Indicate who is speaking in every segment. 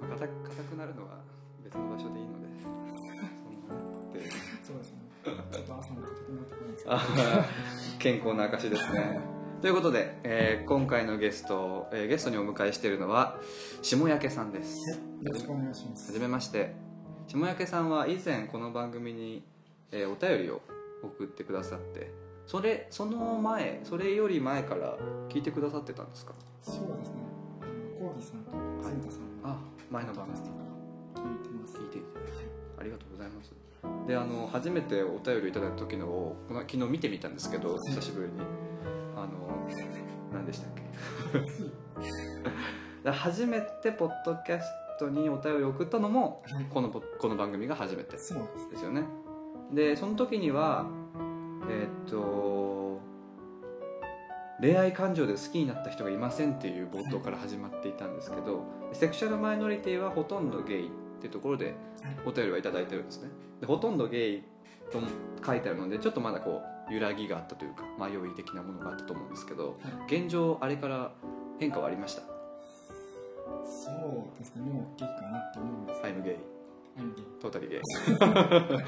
Speaker 1: 硬く硬くなるのは別の場所でいいので そのって
Speaker 2: そうですね。ちょっと朝も固くなってこないですけど。
Speaker 1: あー健康な証ですね。ということで、えー今回のゲスト、えーゲストにお迎えしているのは下焼さんです。
Speaker 2: よろしくお願いしま
Speaker 1: は
Speaker 2: す
Speaker 1: じ。めまして。下焼さんは以前この番組に、えーお便りを送ってくださって、それその前それより前から聞いてくださってたんですか。
Speaker 2: そうですね。あのコーディさんとズンタさんが
Speaker 1: あ、前の番
Speaker 2: ポッドキャ
Speaker 1: 組
Speaker 2: ストから聞いてます
Speaker 1: 聞。いていただいてありがとうございます。で、あの初めてお便りいただいた時のをこの昨日見てみたんですけど久しぶりにあの何でしたっけ。 だから初めてポッドキャストにお便りを送ったのも
Speaker 2: はい。
Speaker 1: このポこの番組が初めてで
Speaker 2: そうですね。
Speaker 1: すよねでその時にはえーっと恋愛感情で好きになった人がいませんっていう冒頭から始まっていたんですけどセクシャルマイノリティはほとんどゲイっていうところでお便りはいただいてるんですねでほとんどゲイとも書いてあるのでちょっとまだこう揺らぎがあったというか迷い的なものがあったと思うんですけど
Speaker 2: はい
Speaker 1: 現状あれから変化はありました
Speaker 2: そうですね。もう結構なって思うんですけど。
Speaker 1: アイムゲイ
Speaker 2: なので
Speaker 1: トータルゲ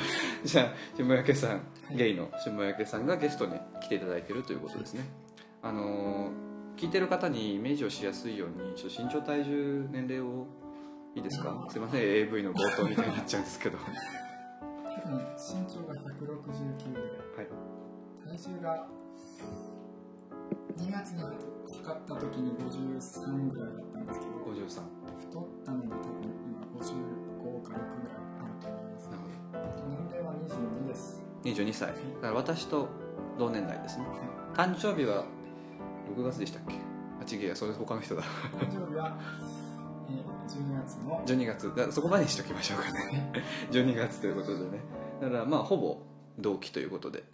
Speaker 1: イじゃあ下焼さん
Speaker 2: はい
Speaker 1: ゲイの下焼さんがゲストに来ていただいてるということですねあのー聞いてる方にイメージをしやすいようにちょっと身長体重年齢をいいですかすいません AV の冒頭みたいになっちゃうんですけどは
Speaker 2: 多分身長が169ぐらい。
Speaker 1: い
Speaker 2: 体重が2月にかかった時に53ぐらいだったんですけど
Speaker 1: 53
Speaker 2: 太ったのが多分今55か6ぐらいあると思います
Speaker 1: なるほ
Speaker 2: 年齢は22です
Speaker 1: ど22歳だから私と同年代ですね
Speaker 2: は
Speaker 1: 誕生日は6月でしたっけあ違うやそれ他の人だ
Speaker 2: 誕生日は、えー、12月の
Speaker 1: 12月だからそこまでにしときましょうかね 12月ということでねだからまあほぼ同期ということでだ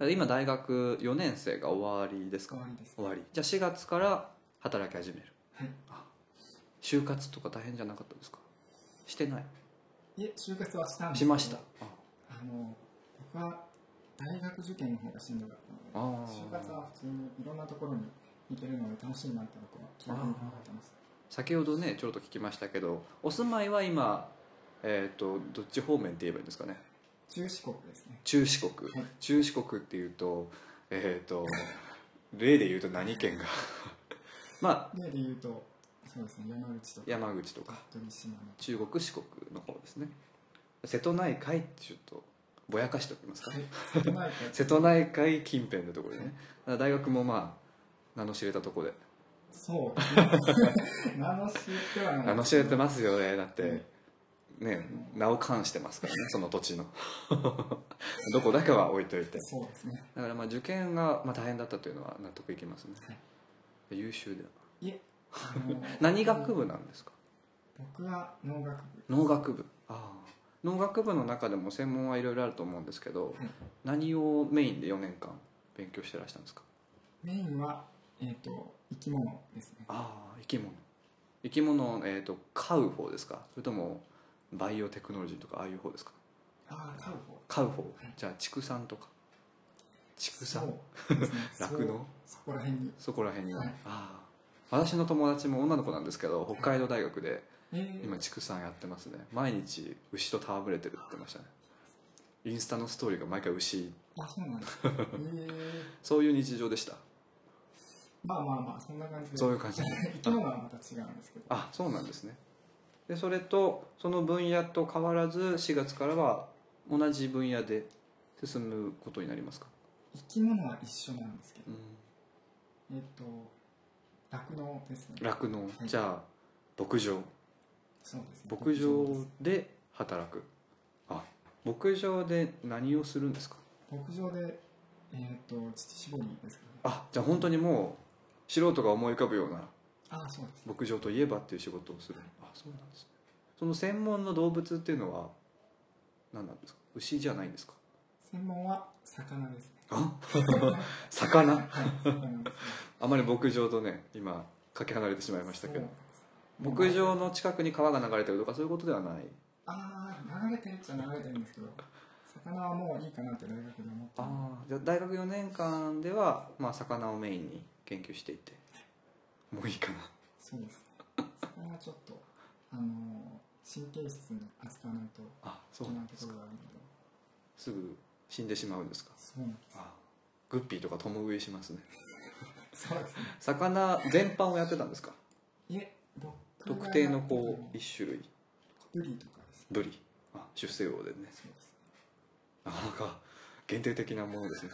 Speaker 1: から今大学4年生が終わりです
Speaker 2: 終
Speaker 1: か
Speaker 2: わりです
Speaker 1: 終わりじゃあ4月から働き始める
Speaker 2: はい
Speaker 1: あ就活とか大変じゃなかったですかしてない
Speaker 2: いえ就活はしたんです
Speaker 1: し
Speaker 2: けど
Speaker 1: ましたあ
Speaker 2: あの僕は大学受験の方がしんどかった
Speaker 1: あ
Speaker 2: ので
Speaker 1: ー
Speaker 2: 就活は普通にいろんなところに行けるのが楽しいなって僕は気軽に考えてます
Speaker 1: 先ほどねちょろっと聞きましたけどお住まいは今えっ、とどっち方面って言えばいいんですかね
Speaker 2: 中四国ですね
Speaker 1: 中四国
Speaker 2: はい
Speaker 1: 中四国っていうとえっ、と例で言うと何県が まあ
Speaker 2: 例で言うとそうですね山口とか
Speaker 1: 山口とか
Speaker 2: 鳥島の
Speaker 1: 中国四国の方ですね瀬戸内海ってちょっとぼやかしておきますかね
Speaker 2: 瀬戸内海
Speaker 1: 瀬戸内海近辺のところでね大学もまあ名の知れたところで
Speaker 2: そう。名の知ってはない。
Speaker 1: 名の知れてますよねだってね名を冠してますからねその土地の どこだけは置いといて
Speaker 2: そうですね。
Speaker 1: だからまあ受験がまあ大変だったというのは納得いきますね
Speaker 2: はい
Speaker 1: 優秀で
Speaker 2: いえ、あの
Speaker 1: 何学部なんですか
Speaker 2: 僕は農学部。
Speaker 1: 農学部ああ農学部の中でも専門はいろいろあると思うんですけど、
Speaker 2: はい
Speaker 1: 何をメインで4年間勉強してらしたんですか
Speaker 2: メインは、えっ、と、生き物ですね。
Speaker 1: ああ生き物生き物を、えー、と飼う方ですかそれともバイオテクノロジーとかああいう方ですか
Speaker 2: ああ、飼う方。
Speaker 1: 飼う方
Speaker 2: い
Speaker 1: じゃあ畜産とか畜産。
Speaker 2: そうですね
Speaker 1: 酪
Speaker 2: そう
Speaker 1: 農
Speaker 2: そこら辺に。
Speaker 1: そこら辺に、
Speaker 2: はい
Speaker 1: ああ私の友達も女の子なんですけど北海道大学で
Speaker 2: えー、
Speaker 1: 今畜産やってますね毎日牛と戯れてるって言ってましたねインスタのストーリーが毎回牛
Speaker 2: あ、そうなんですか。えー、
Speaker 1: そういう日常でした
Speaker 2: まあまあまあ、そんな感じで。
Speaker 1: そういう感じ
Speaker 2: 生き物はまた違うんですけど。
Speaker 1: あそうなんですねでそれとその分野と変わらず4月からは同じ分野で進むことになりますか、
Speaker 2: 生き物は一緒なんですけど
Speaker 1: う、ん
Speaker 2: えっ、と、酪農ですね。
Speaker 1: 酪農じゃあ牧場
Speaker 2: そうですね。
Speaker 1: 牧
Speaker 2: です
Speaker 1: 場で働くあ牧場で何をするんですか
Speaker 2: 牧場で、えっ、と、乳搾りですかね。
Speaker 1: あじゃあ本当にもう素人が思い浮かぶような
Speaker 2: ああ、そうです。
Speaker 1: 牧場といえばっていう仕事をするあそうなんですねその専門の動物っていうのは何なんですか牛じゃないんですか
Speaker 2: 専門は魚ですね。
Speaker 1: あ 魚
Speaker 2: はい、魚ですね。
Speaker 1: あまり牧場とね今かけ離れてしまいましたけど
Speaker 2: そう
Speaker 1: 牧場の近くに川が流れてるとかそういうことではない
Speaker 2: ああ、流れてるっちゃ流れてるんですけど、魚はもういいかなって大学で思ってま
Speaker 1: ああじゃあ大学4年間では、まあ、魚をメインに研究していてもういいかな
Speaker 2: す。そうです。魚はちょっと、ああの神経質に扱わないと
Speaker 1: あそ
Speaker 2: いうけ
Speaker 1: な
Speaker 2: な
Speaker 1: ん
Speaker 2: い
Speaker 1: で
Speaker 2: と
Speaker 1: す
Speaker 2: こ
Speaker 1: か
Speaker 2: ろがあるのです
Speaker 1: ぐ死んでしまうんですか
Speaker 2: そうなんです
Speaker 1: あグッピーとか共食いしますね
Speaker 2: そうですね
Speaker 1: 魚全般をやってたんですか
Speaker 2: いえ僕が
Speaker 1: 特定の
Speaker 2: や
Speaker 1: こ
Speaker 2: ってたのは
Speaker 1: う一種類
Speaker 2: ブリとかですね
Speaker 1: ブリあ出世魚でね
Speaker 2: そうですね
Speaker 1: なかなか限定的なものですね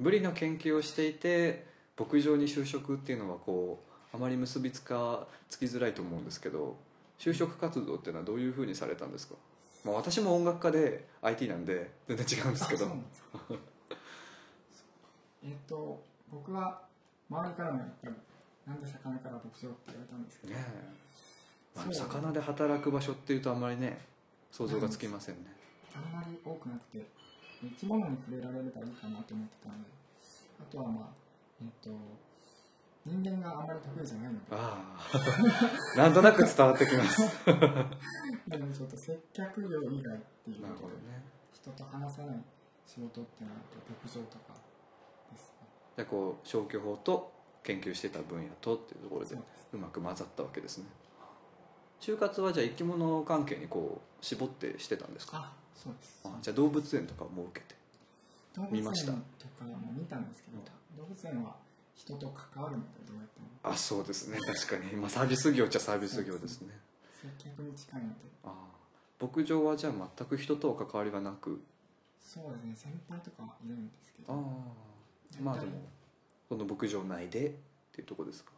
Speaker 1: ブリの研究をしていて牧場に就職っていうのはこうあまり結びつかつきづらいと思うんですけど就職活動っていうのはどういうふうにされたんですか、まあ、私も音楽家で IT なんで全然違うんですけ
Speaker 2: あ
Speaker 1: ど
Speaker 2: そうなんですかそうえっと僕は周りからもやっぱりなんで魚から牧場って言われたんですけど
Speaker 1: ねえまあ
Speaker 2: そう
Speaker 1: 魚で働く場所っていうとあんまりね想像がつきませんね
Speaker 2: あんまり多くなくて生き物に触れられればいいかなと思ってたんであとはまあえっ、と人間があんまり得意じゃないので
Speaker 1: ああ なんとなく伝わってきます
Speaker 2: なのでちょっと接客業以外っていう
Speaker 1: なるほ
Speaker 2: こ
Speaker 1: ど
Speaker 2: とで
Speaker 1: ね
Speaker 2: 人と話さない仕事ってなると牧場とかですね
Speaker 1: じゃあこう消去法と研究してた分野とっていうところで
Speaker 2: そう
Speaker 1: うまく混ざったわけですね就活はじゃあ生き物関係にこう絞ってしてたんですか
Speaker 2: あそうです
Speaker 1: あじゃあ動物園とかも受けて
Speaker 2: 動物
Speaker 1: 見ま
Speaker 2: 園
Speaker 1: した
Speaker 2: とかも見たんですけど動物園は人と関わるのでどうやっても
Speaker 1: あそうですね確かに、まあ、サービス業っちゃサービス業ですね
Speaker 2: 接客に近いので
Speaker 1: ああ牧場はじゃあ全く人とは関わりはなく
Speaker 2: そうですね先輩とかはいるんですけ
Speaker 1: あ
Speaker 2: ど
Speaker 1: あまあでも
Speaker 2: 大体
Speaker 1: この牧場内でっていうところですか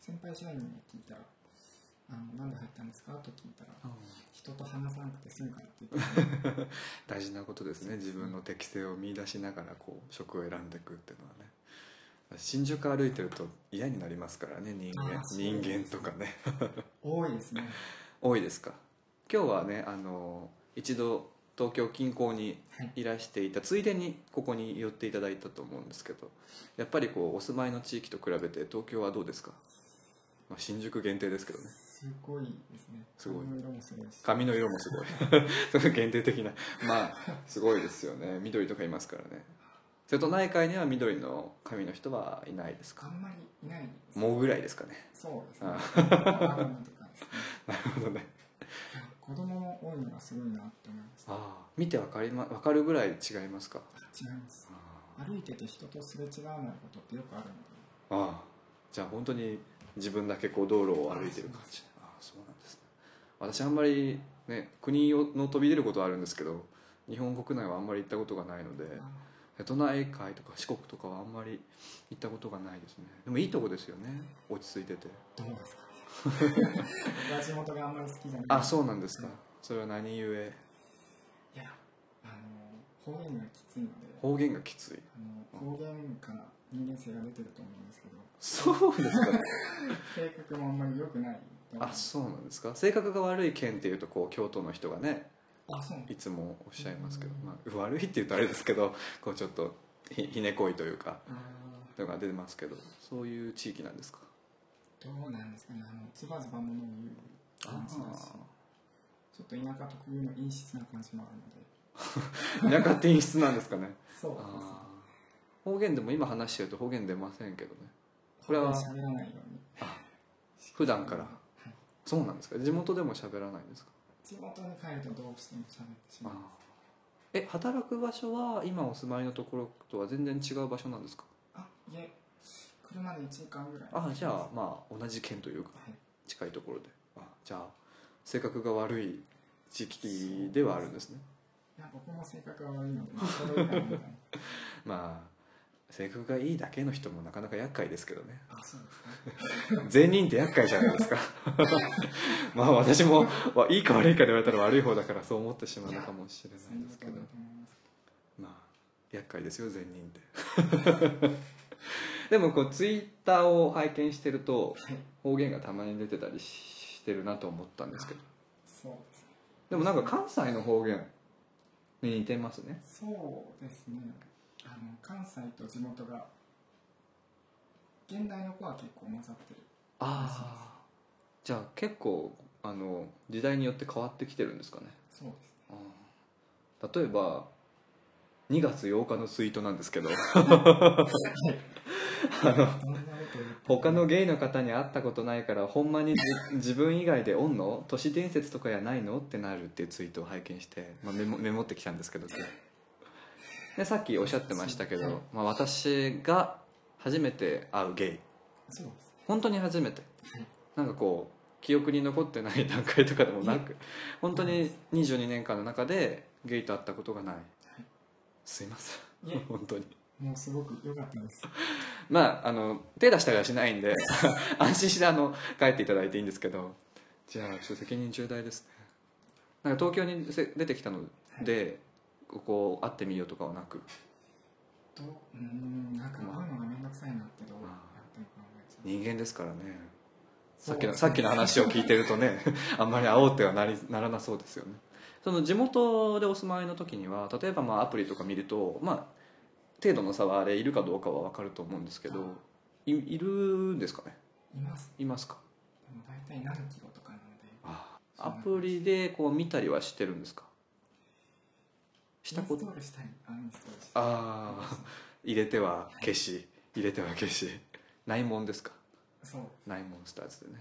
Speaker 2: 先輩社員に聞いたらあの「なんで入ったんですか?」と聞いたら
Speaker 1: ああ
Speaker 2: 「人と話さなくて済むから」って言って
Speaker 1: 大事なことですね自分の適性を見出しながらこう職を選んでいくっていうのはね新宿歩いてると嫌になりますからね人間
Speaker 2: あそう
Speaker 1: 人間とかね
Speaker 2: 多いですね
Speaker 1: 多いですか今日はねあの一度東京近郊に
Speaker 2: はい
Speaker 1: いらしていたついでにここに寄っていただいたと思うんですけどやっぱりこうお住まいの地域と比べて東京はどうですか、まあ、新宿限定ですけどね
Speaker 2: すごいですね
Speaker 1: すごい
Speaker 2: 髪の色もすごいし
Speaker 1: 髪の色もすごい その限定的なまあすごいですよね緑とかいますからね瀬戸内海には緑の髪の人はいないです
Speaker 2: あ
Speaker 1: か
Speaker 2: んまりいないです
Speaker 1: もうぐらいですかね
Speaker 2: そうですね
Speaker 1: あ
Speaker 2: あるのとかですね
Speaker 1: なるほどね
Speaker 2: 子供も多いのがすごいなって思いました
Speaker 1: ああ見てわかり、ま、わかるぐらい違いますか
Speaker 2: 違います
Speaker 1: あ
Speaker 2: 歩いてて人とすれ違わないことってよくあるので
Speaker 1: あじゃあ本当に自分だけこう道路を歩いてる感じああそうなんですね私あんまりね国をの飛び出ることはあるんですけど日本国内はあんまり行ったことがないので
Speaker 2: あ
Speaker 1: 瀬戸内海とか四国とかはあんまり行ったことがないですねでもいいとこですよね落ち着いてて
Speaker 2: どう ですか僕は地元があんまり好きじゃない
Speaker 1: あそうなんですか
Speaker 2: うん
Speaker 1: それは何故
Speaker 2: いやあの方言がきついので
Speaker 1: 方言がきつい
Speaker 2: あの方言から人間性が出てると思うんですけ
Speaker 1: そ
Speaker 2: ど
Speaker 1: うですか
Speaker 2: 性格もあんまり良くないと思う
Speaker 1: あそうなんですか性格が悪い県っていうとこう京都の人がね
Speaker 2: あそうなんで
Speaker 1: いつもおっしゃいますけど
Speaker 2: う、ん
Speaker 1: まあ、悪いって言うとあれですけどこうちょっとひひねこいというか
Speaker 2: すあ
Speaker 1: のが出てますけどそういう地域なんですか
Speaker 2: ーどうなんですかねあのズバズバものを言う感じだしちょっと田舎特有の陰湿な感じもあるので
Speaker 1: あ田舎って陰湿なんですかね
Speaker 2: そうですね
Speaker 1: あー方言でも今話してると方言出ませんけどねこれは
Speaker 2: 方言喋らないように
Speaker 1: あ普段から
Speaker 2: はい
Speaker 1: そうなんですか地元でも喋らないんですか
Speaker 2: 地元に帰るとどうしても喋ってしまう
Speaker 1: え働く場所は今お住まいのところとは全然違う場所なんですか
Speaker 2: あいえ車で1時間ぐらい
Speaker 1: あじゃあまあ同じ県というか
Speaker 2: はい
Speaker 1: 近いところであじゃあ性格が悪い地域ではあるんですね
Speaker 2: いや僕も性格が悪いので、まあそれ以外 みたいな
Speaker 1: まあ性格がいいだけの人もなかなか厄介ですけどね
Speaker 2: あそうですか
Speaker 1: 全員って厄介じゃないですか まあ私もわいいか悪いかで言われたら悪い方だからそう思ってしまうのかもしれ
Speaker 2: そ
Speaker 1: なんい
Speaker 2: な
Speaker 1: です
Speaker 2: こと
Speaker 1: け
Speaker 2: だ
Speaker 1: ど
Speaker 2: と思います
Speaker 1: まあ厄介ですよ善人って でもこうツイッターを拝見してると
Speaker 2: はい
Speaker 1: 方言がたまに出てたりしてるなと思ったんですけど
Speaker 2: そうですね
Speaker 1: でもなんか関西の方言に似てますね
Speaker 2: そうですねあの関西と地元が現代の子は結構混ざってる
Speaker 1: ああじゃあ結構あの時代によって変わってきてるんですかね
Speaker 2: そうですね
Speaker 1: 例えば2月8日のツイートなんですけどあの
Speaker 2: どんなこと言って
Speaker 1: 他のゲイの方に会ったことないからほんまにじ自分以外でおんの都市伝説とかやないのってなるっていうツイートを拝見して、まあ、メモメモってきたんですけど今日でさっきおっしゃってましたけど、まあ、私が初めて会うゲイ
Speaker 2: そうです
Speaker 1: 本当に初めて
Speaker 2: はい
Speaker 1: なんかこう記憶に残ってない段階とかでもなく本当に22年間の中でゲイと会ったことがないすいませ
Speaker 2: い
Speaker 1: ん
Speaker 2: え
Speaker 1: 本当に
Speaker 2: もうすごく良かったです
Speaker 1: まああの手出したりはしないんで 安心してあの帰っていただいていいんですけどじゃあちょっと責任重大ですねなんか東京にせ出てきたのでここ会ってみようとかはなく
Speaker 2: とうーんなんか会うのがめんどくさいなってどうやってるか考えちゃう
Speaker 1: 人間ですからねさ
Speaker 2: そう
Speaker 1: っきのさっきの話を聞いてるとね あんまり会おうってはなりならなそうですよねその地元でお住まいの時には例えばまあアプリとか見るとまあ程度の差はあれいるかどうかは分かると思うんですけどいいるんですかね
Speaker 2: います
Speaker 1: いますか
Speaker 2: でも大体何キロとかなんで
Speaker 1: アプリでこう見たりはしてるんですかしたこ
Speaker 2: インス
Speaker 1: と
Speaker 2: トールしたりアンインストールしたり
Speaker 1: ああ入れては消し入れては消しないもんですか
Speaker 2: そう
Speaker 1: ないモンスターズでね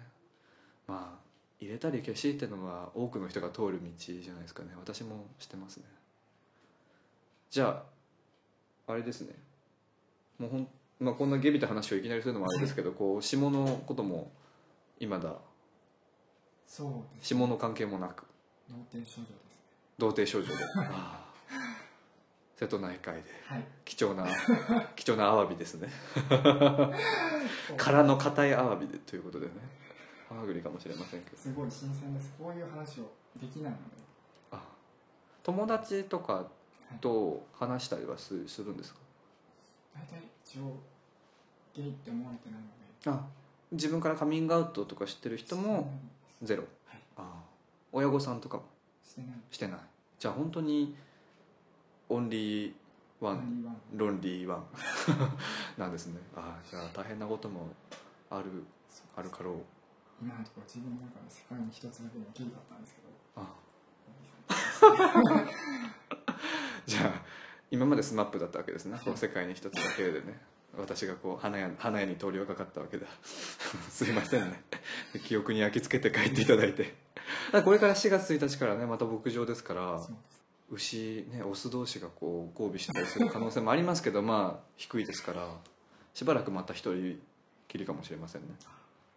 Speaker 1: まあ入れたり消しってのは多くの人が通る道じゃないですかね私もしてますねじゃああれですねもうほん、まあ、こんなゲビた話をいきなりするのもあれですけどこう下のことも今だ
Speaker 2: そうです
Speaker 1: 下の関係もなく
Speaker 2: 同定症状です
Speaker 1: 童貞少女でああ瀬戸内海で
Speaker 2: はい
Speaker 1: 貴重な 貴重なアワビですね
Speaker 2: そう
Speaker 1: 殻の硬いアワビでということでねハマグリかもしれませんけど
Speaker 2: すごい新鮮ですこういう話をできないので
Speaker 1: あ友達とかと話したりはすするんですか
Speaker 2: 大体一応ゲイって思われてないので
Speaker 1: あ自分からカミングアウトとかしてる人もゼロ、
Speaker 2: はい
Speaker 1: あ親御さんとかも
Speaker 2: してない
Speaker 1: してないじゃあ本当にオンリーワ
Speaker 2: オ
Speaker 1: ン
Speaker 2: ンリーワン
Speaker 1: ロンリーワン なんですねあじゃあ大変なこともある
Speaker 2: そう
Speaker 1: あるかろう
Speaker 2: 今のところ自分の中の世界に一つだけのゲイだったんですけど
Speaker 1: あじゃあ今までスマップだったわけですねこの世界に一つだけでね私がこう花屋花屋に通りかかったわけだ すいませんね記憶に焼き付けて帰っていただいてあこれから4月1日からねまた牧場ですから
Speaker 2: そうです
Speaker 1: 牛ねオス同士がこう交尾したりする可能性もありますけどまあ低いですからしばらくまた一人きりかもしれませんね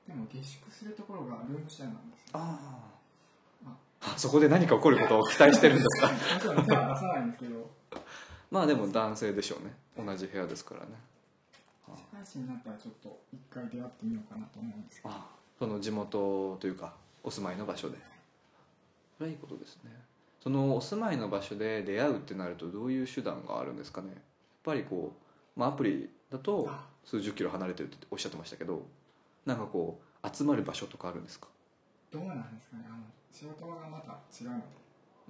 Speaker 2: でも下宿するところがルームシェアなんですよ
Speaker 1: ああそこで何か起こることを期待してるんですか
Speaker 2: もちろん手は出さないんですけど
Speaker 1: まあでも男性でしょうね同じ部屋ですからねあ
Speaker 2: 社会人になったらちょっと一回出会ってみようかなと思うんですけど
Speaker 1: あその地元というかお住まいの場所でそれはいいことですねそのお住まいの場所で出会うってなるとどういう手段があるんですかねやっぱりこう、まあ、アプリだと数十キロ離れてるっておっしゃってましたけどなんかこう集まる場所とかあるんですか、
Speaker 2: どうなんですかねあの仕事がまた違うので、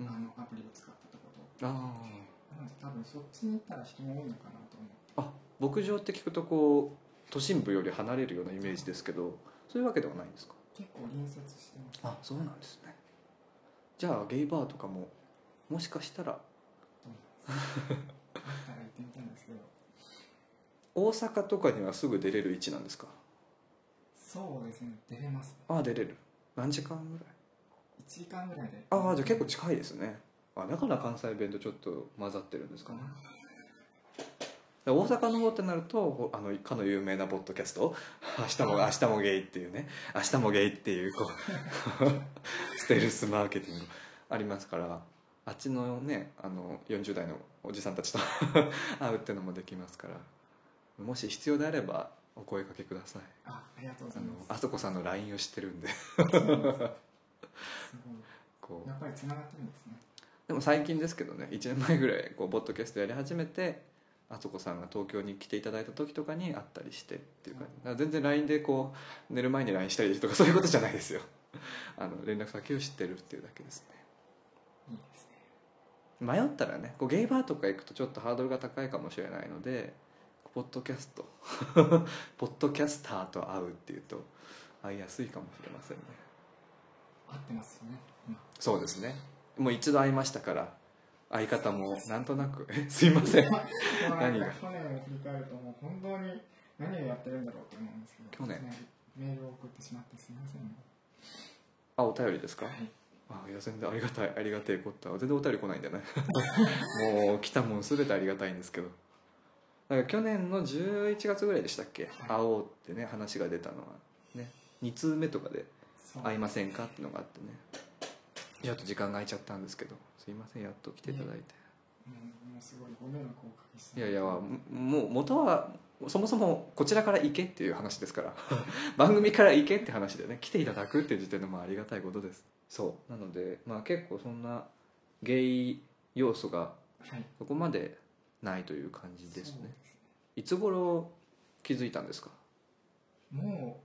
Speaker 1: うん、
Speaker 2: あ
Speaker 1: あ
Speaker 2: のアプリを使ったところと
Speaker 1: あ
Speaker 2: なので多分そっちに行ったら人も多いのかなと思って
Speaker 1: あ牧場って聞くとこう都心部より離れるようなイメージですけどそういうわけではないんですか
Speaker 2: 結構隣接してます
Speaker 1: あそうなんですねじゃあゲイバーとかももしかしたら
Speaker 2: あったら行ってみたいんですけど
Speaker 1: 大阪とかにはすぐ出れる位置なんですか
Speaker 2: そうですね出れます
Speaker 1: ああ出れる何時間ぐらい
Speaker 2: 1時間ぐらいであ
Speaker 1: ああじゃあ結構近いですねあだから関西弁とちょっと混ざってるんですかね大阪の方ってなるとほあのかの有名なポッドキャスト 「明日も明日もゲイ」っていうね「明日もゲイ」っていうこう ステルスマーケティングありますからあっちのねあの40代のおじさんたちと 会うってのもできますからもし必要であればお声かけください
Speaker 2: あありがとうご
Speaker 1: あ
Speaker 2: ざい
Speaker 1: の
Speaker 2: ます
Speaker 1: あそこさんの LINE を知ってるんで
Speaker 2: す
Speaker 1: こ
Speaker 2: ごいうやっぱりつながってるんですね
Speaker 1: でも最近ですけどね1年前ぐらいこうボッドキャストやり始めてあそこさんが東京に来ていただいた時とかに会ったりしてっていう感じだから全然 LINE でこう寝る前に LINE したりとかそういうことじゃないですよ あの連絡先を知ってるっていうだけですね
Speaker 2: いいですね
Speaker 1: 迷ったらねこうゲイバーとか行くとちょっとハードルが高いかもしれないのでポッドキャスト ポッドキャスターと会うっていうと会いやすいかもしれませんね
Speaker 2: 合ってますよね今
Speaker 1: そうですねもう一度会いましたから相方もなんとなくえすいません
Speaker 2: もうなん
Speaker 1: 何
Speaker 2: か
Speaker 1: が
Speaker 2: 去年を振り返るともう本当に何をやってるんだろうと思うんですけど
Speaker 1: 去年
Speaker 2: いきなりメールを送ってしまってすいません
Speaker 1: あお便りですか
Speaker 2: はい
Speaker 1: あいや全然ありがたいありがてえことは全然お便り来ないんだよね もう来たもん全てありがたいんですけどだから去年の11月ぐらいでしたっけ会おうってね話が出たのはね2通目とかで
Speaker 2: そう
Speaker 1: 会いませんかってのがあってねちょっと時間が空いちゃったんですけどすいませんやっと来ていただいて
Speaker 2: うんもうすごいご迷惑をおかけして
Speaker 1: いやいやももう元はそもそもこちらから行けっていう話です から番組から行けって話でね来ていただくっていう時点でもありがたいことですそうなのでまあ結構そんなゲイ要素が
Speaker 2: はい
Speaker 1: そこまでないという感じです
Speaker 2: そう
Speaker 1: ねいつ頃気づいたんですか
Speaker 2: も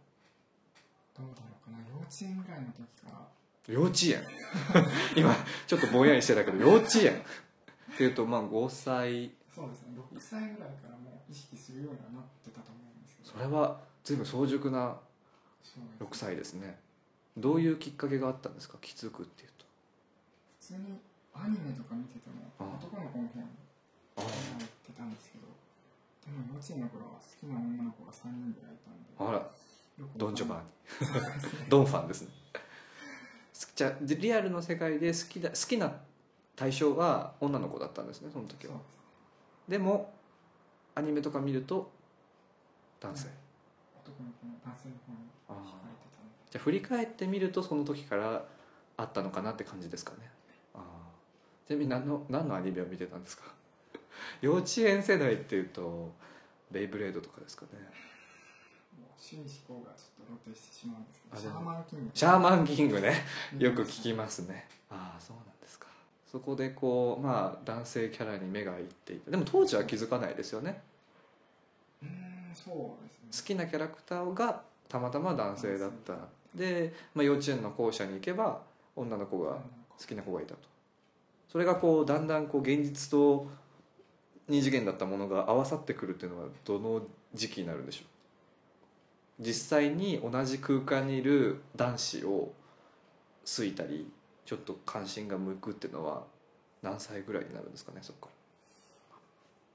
Speaker 2: うどうだろうかな幼稚園ぐらいの時から
Speaker 1: 幼稚園 今ちょっとぼんやりしてたけど幼稚園っていうとまあ5歳
Speaker 2: そうですね6歳ぐらいからもう意識するようにはなってたと思うんですけど
Speaker 1: それは随分早熟な
Speaker 2: そうです
Speaker 1: 6歳ですねどういうきっかけがあったんですか気づくっていう
Speaker 2: 普通にアニメとか見てても
Speaker 1: ああ
Speaker 2: 男の子の方に
Speaker 1: と
Speaker 2: 入ってたんですけどでも幼稚園の頃は好きな女の子が3人ぐらいいたんで
Speaker 1: あら
Speaker 2: よく
Speaker 1: ドン・ジョ
Speaker 2: ン
Speaker 1: バーニ ドンファンですね好きじゃあリアルの世界で好きだ好きな対象は女の子だったんですねその時
Speaker 2: そう
Speaker 1: は
Speaker 2: です
Speaker 1: でもアニメとか見ると男性
Speaker 2: うん男の子の男性の方に
Speaker 1: あ
Speaker 2: 惹
Speaker 1: あ
Speaker 2: かれてたんで
Speaker 1: じゃあ振り返ってみるとその時からあったのかなって感じですかねああちなみに何の何のアニメを見てたんですか 幼稚園世代っていうとベイブレードとかですかね
Speaker 2: もう趣味思考がちょっと露呈してしまうんですけど
Speaker 1: あ
Speaker 2: シャーマンキング
Speaker 1: シャーマンキングねよく聞き
Speaker 2: ま
Speaker 1: ますねああそうなんですかそこでこうまあ男性キャラに目がいっていたでも当時は気づかないですよね
Speaker 2: すうーんそうですね
Speaker 1: 好きなキャラクターがたまたま男性だったで、まあ、幼稚園の校舎に行けば女の子が好きな子がいたとそれがこうだんだんこう現実と二次元だったものが合わさってくるっていうのはどの時期になるんでしょう実際に同じ空間にいる男子を好いたりちょっと関心が向くっていうのは何歳ぐらいになるんですかねそこか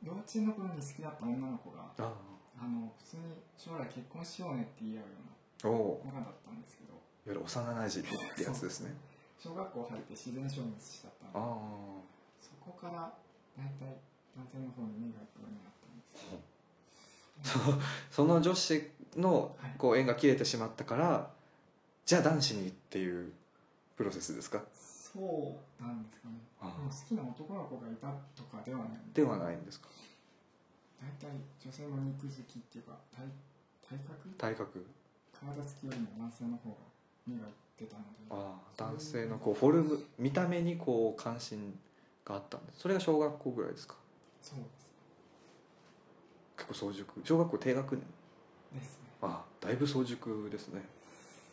Speaker 2: 幼稚園の頃に好きだった女の子が
Speaker 1: らあ
Speaker 2: あの普通に将来結婚しようねって言い合うよう
Speaker 1: あおお
Speaker 2: な女だったんですけど
Speaker 1: いわゆる幼なじみってやつですね
Speaker 2: 小学校入って自然消滅しちゃったんで
Speaker 1: ああ
Speaker 2: そこから大体男性の方に目がいくようになったんですけど
Speaker 1: その女子の
Speaker 2: はい
Speaker 1: こう縁が切れてしまったからじゃあ男子にっていうプロセスですか
Speaker 2: そうなんですかね
Speaker 1: あ
Speaker 2: でも好きな男の子がいたとかではない
Speaker 1: ではないんですか
Speaker 2: 大体女性の肉好きっていうか体体格
Speaker 1: 体格
Speaker 2: 体つきよりも男性の方が目がいってたので
Speaker 1: ああ男性のこうフォルム見た目にこう関心があったんですそれが小学校ぐらいですか
Speaker 2: そう
Speaker 1: 結構早熟小学校低学年
Speaker 2: ですですね
Speaker 1: ああだいぶ早熟ですね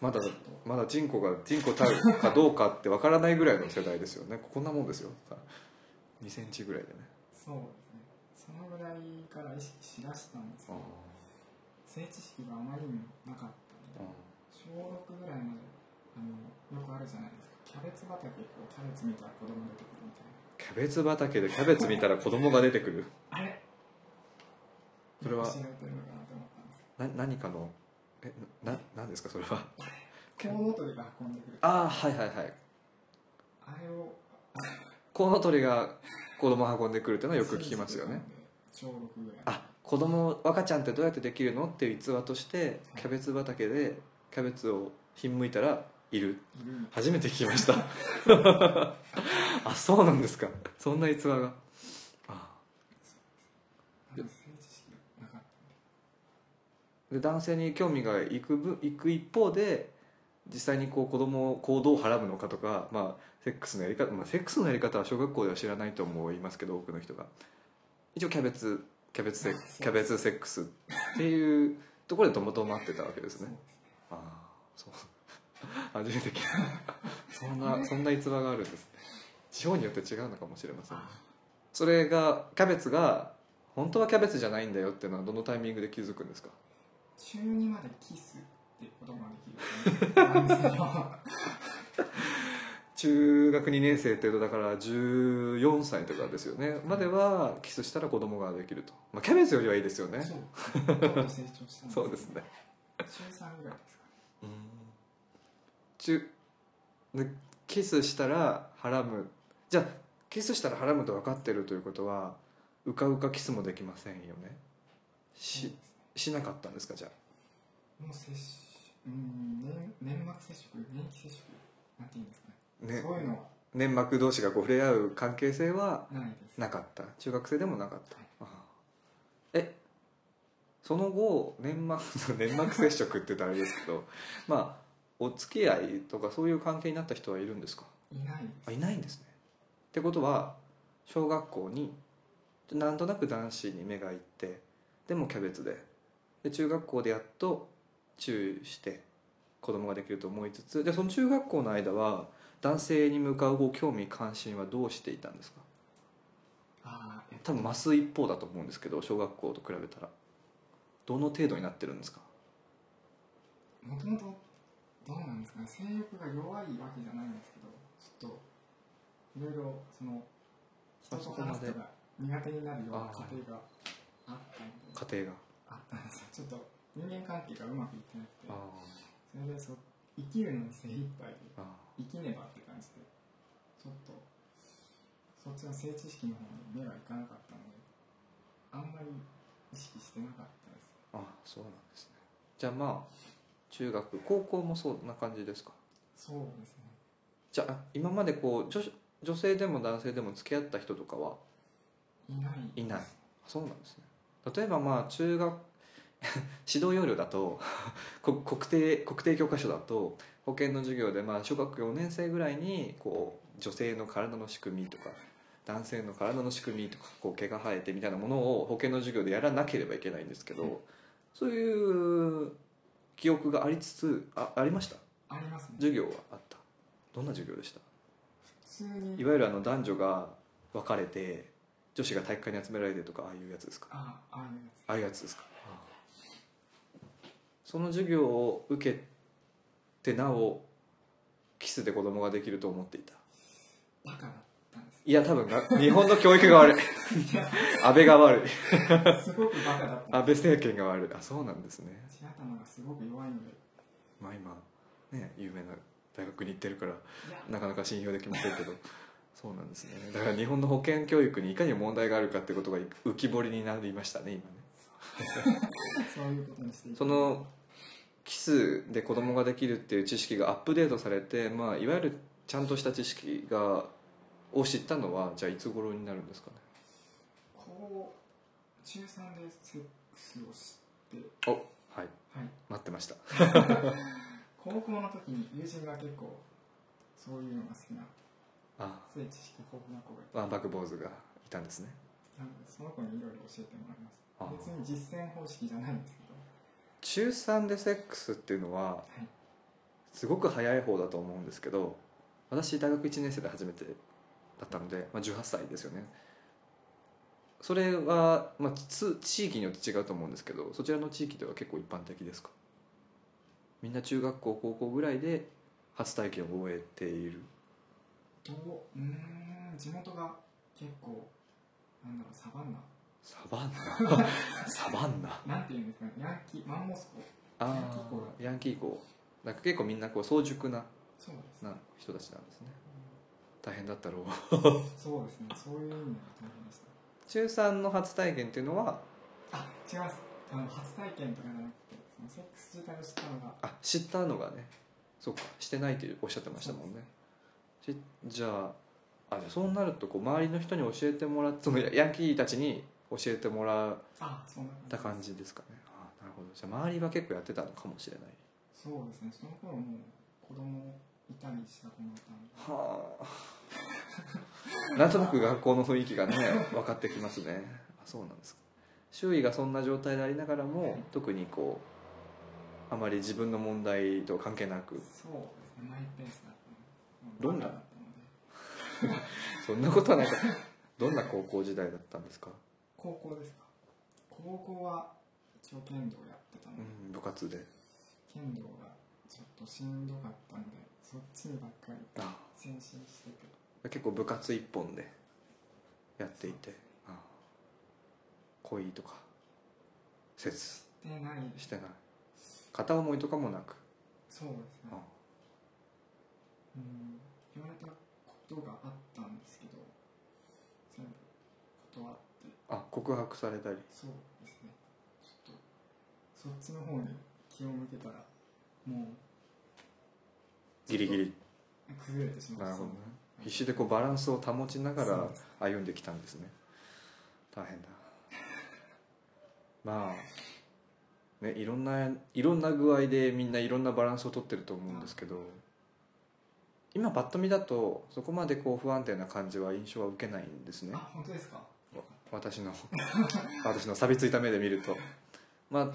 Speaker 1: まだまだ人口が人口たるかどうかってわからないぐらいの世代ですよねこんなもんですよ2センチぐらいでね
Speaker 2: そうですねそのぐらいから意識しだしたんですけ
Speaker 1: ああ
Speaker 2: ど性知識があまりにもなかったので
Speaker 1: あ
Speaker 2: 小6ぐらいまであのよくあるじゃないですかキャベツ畑こうキャベツ見たら子供出てくるみたいな
Speaker 1: あキャベツ畑でキャベツ見たら子供が出てくる
Speaker 2: あれ
Speaker 1: それは
Speaker 2: 知られてるのかなと思ったんです
Speaker 1: な何かのえなな何ですかそれは
Speaker 2: けどコウノトリが運んでくるあ
Speaker 1: ああはいはいはい
Speaker 2: れを
Speaker 1: コウノトリが子供を運んでくるっていうのはよく聞きますよね
Speaker 2: 小6ぐらい
Speaker 1: あ子供若ちゃんってどうやってできるのっていう逸話としてキャベツ畑でキャベツをひんむいたらいる
Speaker 2: いるんで
Speaker 1: 初めて聞きました あそうなんですかそんな逸話があ
Speaker 2: あの性知識がなかったんで
Speaker 1: で男性に興味がいく分いく一方で実際にこう子供を行動をはらむのかとか、まあ、セックスのやり方、まあ、セックスのやり方は小学校では知らないと思いますけど多くの人が一応キャベツキャベツセックスキャベツセックスっていうところでともとも合ってたわけです
Speaker 2: そう
Speaker 1: ねああそう 初めて聞いたそん なそんな逸話があるんですね地方によって違うのかもしれません
Speaker 2: あ
Speaker 1: それがキャベツが本当はキャベツじゃないんだよっていうのはどのタイミングで気づくんですか
Speaker 2: 中2までキスって言葉ができるようになったんですけど
Speaker 1: 中学2年生っていうとだから14歳とかですよねまではキスしたら子供ができると、まあ、キャベツよりはいいですよね
Speaker 2: そうちょっと成長したん
Speaker 1: そうですね
Speaker 2: 中3ぐらいですか
Speaker 1: うん中でキスしたらハラムじゃあキスしたらハラムと分かってるということはうかうかキスもできませんよね
Speaker 2: そう
Speaker 1: し
Speaker 2: ですね
Speaker 1: しなかったんですかじゃあ
Speaker 2: もう接種うん粘粘膜接触粘液接触なんていうんですかね
Speaker 1: ね
Speaker 2: そういうのは
Speaker 1: 粘膜同士がこう触れ合う関係性は
Speaker 2: ないです
Speaker 1: なかった中学生でもなかった
Speaker 2: はい
Speaker 1: ああえその後粘膜 粘膜接触って言ったらあれですけどまあお付き合いとかそういう関係になった人はいるんですか
Speaker 2: いないです
Speaker 1: あいないんですねってことは小学校になんとなく男子に目がいってでもキャベツでで中学校でやっと注意して子供ができると思いつつでその中学校の間は男性に向かうご興味関心はどうしていたんですか
Speaker 2: ああえっ
Speaker 1: 多分増す一方だと思うんですけど小学校と比べたらどの程度になってるんですか
Speaker 2: ともともとどうなんですかね性欲が弱いわけじゃないんですけどちょっといろいろその人
Speaker 1: あ
Speaker 2: と
Speaker 1: そこまで
Speaker 2: 話
Speaker 1: す
Speaker 2: のが苦手になるような
Speaker 1: あー
Speaker 2: 家庭があったんで
Speaker 1: 家庭が
Speaker 2: あったんですよちょっと人間関係がうまくいってなくて
Speaker 1: あ
Speaker 2: それでそう生きるのに精一杯で
Speaker 1: ああ
Speaker 2: 生きねばって感じでちょっとそっちの性知識の方に目がいかなかったのであんまり意識してなかったです
Speaker 1: ああそうなんですねじゃあまあ中学高校もそんな感じですか
Speaker 2: そうですね
Speaker 1: じゃあ今までこう女子女性でも男性でも付き合った人とかはい
Speaker 2: ない
Speaker 1: いないそうなんですね例えばまあ中学 指導要領だと こ国定国定教科書だと保健の授業でまあ小学4年生ぐらいにこう女性の体の仕組みとか男性の体の仕組みとかこう毛が生えてみたいなものを保健の授業でやらなければいけないんですけど、
Speaker 2: うん
Speaker 1: そういう記憶がありつつあありました
Speaker 2: ありますね
Speaker 1: 授業はあったどんな授業でした
Speaker 2: 普通に
Speaker 1: いわゆるあの男女が分かれて女子が体育館に集められてとかああいうやつですか
Speaker 2: あああいうやつ
Speaker 1: ああいうやつですかその授業を受けてなおキスで子供ができると思っていた
Speaker 2: バカだったんです
Speaker 1: いや多分が日本の教育が 悪い安倍が悪い
Speaker 2: よすごくバカだった
Speaker 1: 安倍政権が悪いあそうなんですね
Speaker 2: 血頭がすごく弱いので
Speaker 1: まあ今ね有名な大学に行ってるから
Speaker 2: いや
Speaker 1: なかなか信用できませんけどそうなんですねだから日本の保険教育にいかに問題があるかってことが浮き彫りになりましたね今ね
Speaker 2: そういうことにしていく
Speaker 1: そのキスで子供ができるっていう知識がアップデートされて、まあ、いわゆるちゃんとした知識がを知ったのはじゃあいつ頃になるんですかね
Speaker 2: こう中3でセックスをして
Speaker 1: おはい
Speaker 2: はい
Speaker 1: 待ってました
Speaker 2: 高校の時に友人が結構そういうのが好きな
Speaker 1: あ
Speaker 2: 性知識豊富な子がいて
Speaker 1: ワンバック坊主がいたんですね
Speaker 2: なのでその子にいろいろ教えてもらいます
Speaker 1: あー
Speaker 2: 別に実践方式じゃないんですけど
Speaker 1: 中3でセックスっていうのは
Speaker 2: はい
Speaker 1: すごく早い方だと思うんですけど私大学1年生で初めてだったので、まあ、18歳ですよねそれは、まあ、つ地域によって違うと思うんですけどそちらの地域では結構一般的ですかみんな中学校高校ぐらいで初体験を終えている
Speaker 2: どううーん地元が結構なんだろうサバンナ
Speaker 1: サバンナサバンナ
Speaker 2: なんていうんですかねヤンキーマンモス校
Speaker 1: あーヤンキー校なんか結構みんなこう早熟な
Speaker 2: そうです
Speaker 1: な人たちなんですね大変だったろう
Speaker 2: そうですねそういう意味では大変でした
Speaker 1: 中3の初体験っていうのは
Speaker 2: あ違いますあの初体験とかじゃなくてそのセックス自体を知ったのが
Speaker 1: あ知ったのがねそうかしてないっておっしゃってましたもんねしじゃああじゃあそうなるとこう周りの人に教えてもらってそのヤヤンキーたちに教えてもらっ
Speaker 2: あそんな
Speaker 1: た感じですかねあなるほどじゃあ周りは結構やってたのかもしれない
Speaker 2: そうですねその頃もう子供いたりした子もいたんで
Speaker 1: はあ なんとなく学校の雰囲気がね分かってきますねあそうなんですか周囲がそんな状態でありながらも特にこうあまり自分の問題と関係なく
Speaker 2: そうですねマイペースだったので
Speaker 1: どんな
Speaker 2: バカだったので
Speaker 1: そんなことはないかどんな高校時代だったんですか、
Speaker 2: 高校ですか高校は一応剣道やってた
Speaker 1: う
Speaker 2: ので、
Speaker 1: ん、部活で
Speaker 2: 剣道がちょっとしんどかったんでそっちにばっかり
Speaker 1: あ
Speaker 2: 先進してて
Speaker 1: 結構部活一本でやっていてあ恋とかせず
Speaker 2: でない
Speaker 1: してない片思いとかもなく
Speaker 2: そうですね
Speaker 1: あ
Speaker 2: うん言われたことがあったんですけど全部断って
Speaker 1: あ告白されたり
Speaker 2: そうですねちょっとそっちの方に気を向けたらもう
Speaker 1: ギリギ
Speaker 2: リ
Speaker 1: リ
Speaker 2: 崩れてしま
Speaker 1: な
Speaker 2: う
Speaker 1: るほどね
Speaker 2: はい
Speaker 1: 必死でこうバランスを保ちなが
Speaker 2: そう
Speaker 1: ら
Speaker 2: です
Speaker 1: 歩んできたんですね大変だまあねいろんないろんな具合でみんないろんなバランスをとってると思うんですけど今パッと見だとそこまでこう不安定な感じは印象は受けないんですね
Speaker 2: あ本当ですか
Speaker 1: わ私の 私の錆びついた目で見るとまあ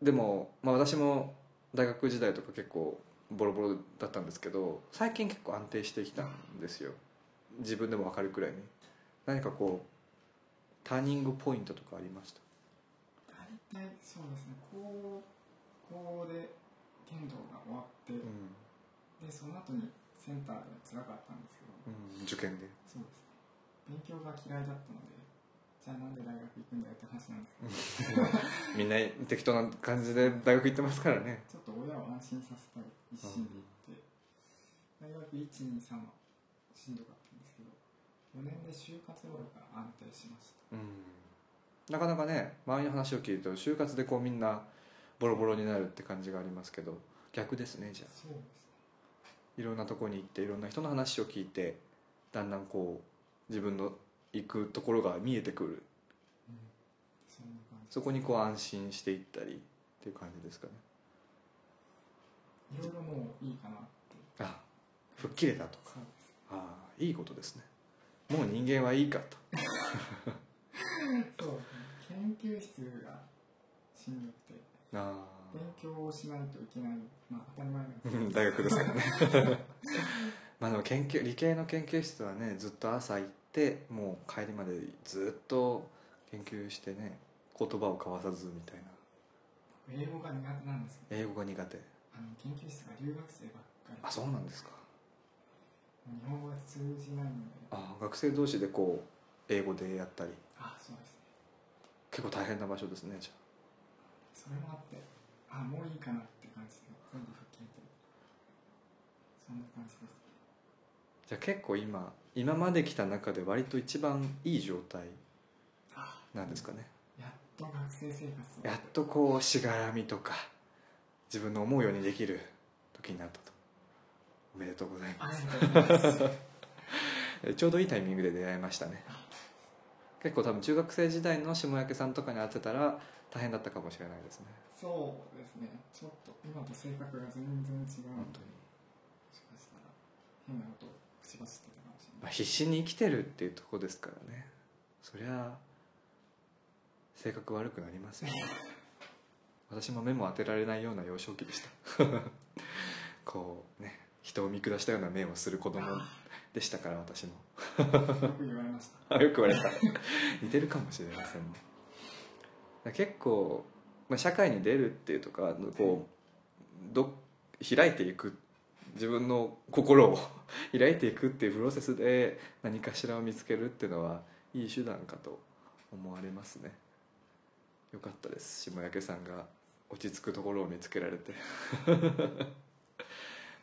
Speaker 1: でも、まあ、私も大学時代とか結構ボロボロだったんですけど最近結構安定してきたんですよ自分でも分かるくらいに何かこうターニングポイントとかありました
Speaker 2: 大体そうですね高校で剣道が終わって
Speaker 1: うん、
Speaker 2: でその後にセンターで辛かったんですけど
Speaker 1: うん、受験で
Speaker 2: そうですね勉強が嫌いだったのでじゃあなんで大学行くんだよって話なんですけど
Speaker 1: みんな適当な感じで大学行ってますからね
Speaker 2: ちょっと親を安心させたい一心で行って大学123はしんどかったんですけど4年で就活頃から安定しました
Speaker 1: うんなかなかね周りの話を聞いると就活でこうみんなボロボロになるって感じがありますけど逆ですねじゃあ
Speaker 2: そうですね
Speaker 1: いろんなとこに行っていろんな人の話を聞いてだんだんこう自分の行くところが見えてくる
Speaker 2: そんな感じ
Speaker 1: そこにこう安心していったりっていう感じですかね
Speaker 2: いろいろもういいかなって
Speaker 1: あ吹っ切れたと
Speaker 2: そうですね
Speaker 1: ああいいことですねもう人間はいいかと
Speaker 2: そうですね研究室がしんどくて
Speaker 1: ああ
Speaker 2: 勉強をしないといけないまあ当たり前なんです
Speaker 1: う
Speaker 2: けど
Speaker 1: ん大学ですからね まあでも研究理系の研究室はねずっと朝行ってもう帰りまでずっと研究してね言葉を交わさずみたいな
Speaker 2: 英語が苦手なんですけど
Speaker 1: 英語が苦手
Speaker 2: あの研究室が留学生ばっかり
Speaker 1: あそうなんですか
Speaker 2: 日本語が通じないので
Speaker 1: あ学生同士でこう英語でやったり
Speaker 2: あそうですね
Speaker 1: 結構大変な場所ですねじゃ
Speaker 2: それもあってあもういいかなって感じで全部吹っ切れてそんな感じです
Speaker 1: あじゃあ結構今今まで来た中で割と一番いい状態
Speaker 2: あ
Speaker 1: なんですかね
Speaker 2: やっと学生生活を
Speaker 1: やっとこうしがらみとか自分の思うようにできる時になったとおめでとうございます
Speaker 2: ありがとうございます
Speaker 1: えちょうどいいタイミングで出会いましたね結構多分中学生時代の下焼さんとかに会ってたら大変だったかもしれないですね
Speaker 2: そうですねちょっと今と性格が全然違う
Speaker 1: 本
Speaker 2: の
Speaker 1: 当
Speaker 2: で
Speaker 1: に、
Speaker 2: もしかしたら変なことを口走ってたかもしれ
Speaker 1: ま
Speaker 2: な
Speaker 1: あ、
Speaker 2: い
Speaker 1: 必死に生きてるっていうとこですからねそりゃ性格悪くなりますよね私も目も当てられないような幼少期でした こうね人を見下したような目をする子供でしたから私も
Speaker 2: よく言われました
Speaker 1: あ よく言われた似てるかもしれませんねだから結構、まあ、社会に出るっていうとかこうど開いていく自分の心を 開いていくっていうプロセスで何かしらを見つけるっていうのはいい手段かと思われますねよかったです下焼さんが落ち着くところを見つけられて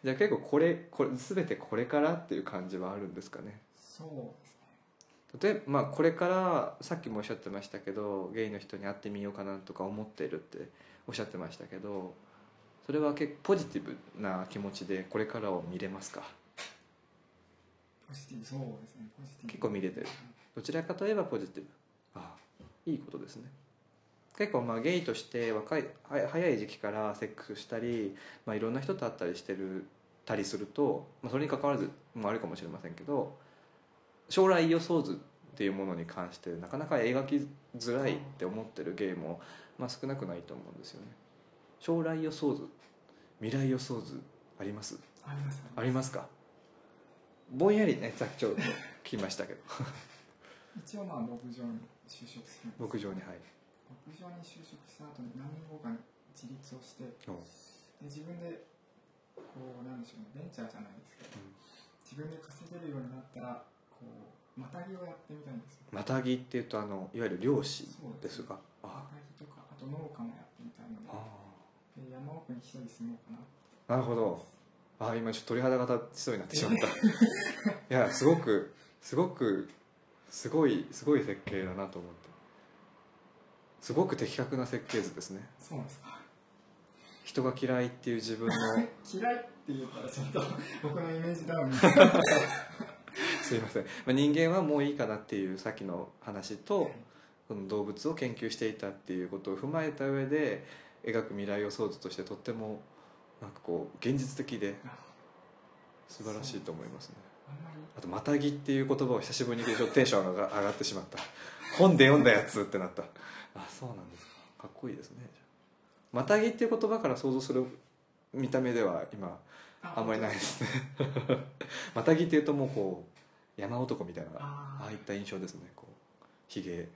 Speaker 1: じゃあ結構これこれ全てこれからっていう感じはあるんですかね
Speaker 2: そうです
Speaker 1: 例
Speaker 2: ね
Speaker 1: えば、まあ、これからさっきもおっしゃってましたけどゲイの人に会ってみようかなとか思ってるっておっしゃってましたけどそれは結構ポジティブな気持ちでこれからを見れますか
Speaker 2: ポジティブそうですねポジティブ
Speaker 1: 結構見れてるどちらかといえばポジティブああいいことですね結構まあゲイとして若いは早い時期からセックスしたり、まあ、いろんな人と会ったりしてるたりすると、まあ、それに関わらずもあるかもしれませんけど将来予想図っていうものに関してなかなか描きづらいって思ってるゲイも、まあ、少なくないと思うんですよね将来予想図未来予想図あります
Speaker 2: ありますね
Speaker 1: ありますかぼんやりねさっきちょっと聞きま したけど
Speaker 2: 一応まあ牧場に就職するんです
Speaker 1: 牧場に入る
Speaker 2: 牧場に就職した後に何年後かに自立をしてで自分でこうなんでしょうねベンチャーじゃないですけど自分で稼げるようになったらこうまたぎをやってみたいんですよ
Speaker 1: またぎっていうとあのいわゆる漁師
Speaker 2: そう
Speaker 1: ですが
Speaker 2: ま
Speaker 1: あ
Speaker 2: たぎとかあと農家もやってみたいので
Speaker 1: あ
Speaker 2: で山奥に一人住もうかな
Speaker 1: なるほどああ今ちょっと鳥肌が立ちそうになってしまったいやすごくすごくすごいすごい設計だなと思ってすごく的確な設計図ですね
Speaker 2: そうなんですか
Speaker 1: 人が嫌いっていう自分の
Speaker 2: 嫌いって言ったらちょっと僕のイメージダウン
Speaker 1: すいません、まあ、人間はもういいかなっていうさっきの話と
Speaker 2: は
Speaker 1: その動物を研究していたっていうことを踏まえた上で描く未来予想図としてとってもなんかこう現実的で
Speaker 2: い
Speaker 1: 素晴らしいと思いますね
Speaker 2: あんまり
Speaker 1: あと「またぎ」っていう言葉を久しぶりに聞いてちょっとテンションが上がってしまった本で読んだやつってなったあそうなんですかかっこいいですね「またぎ」っていう言葉から想像する見た目では今あんまりないですねまたぎっていうともうこう山男みたいな
Speaker 2: あ
Speaker 1: ああいった印象ですねこうひげ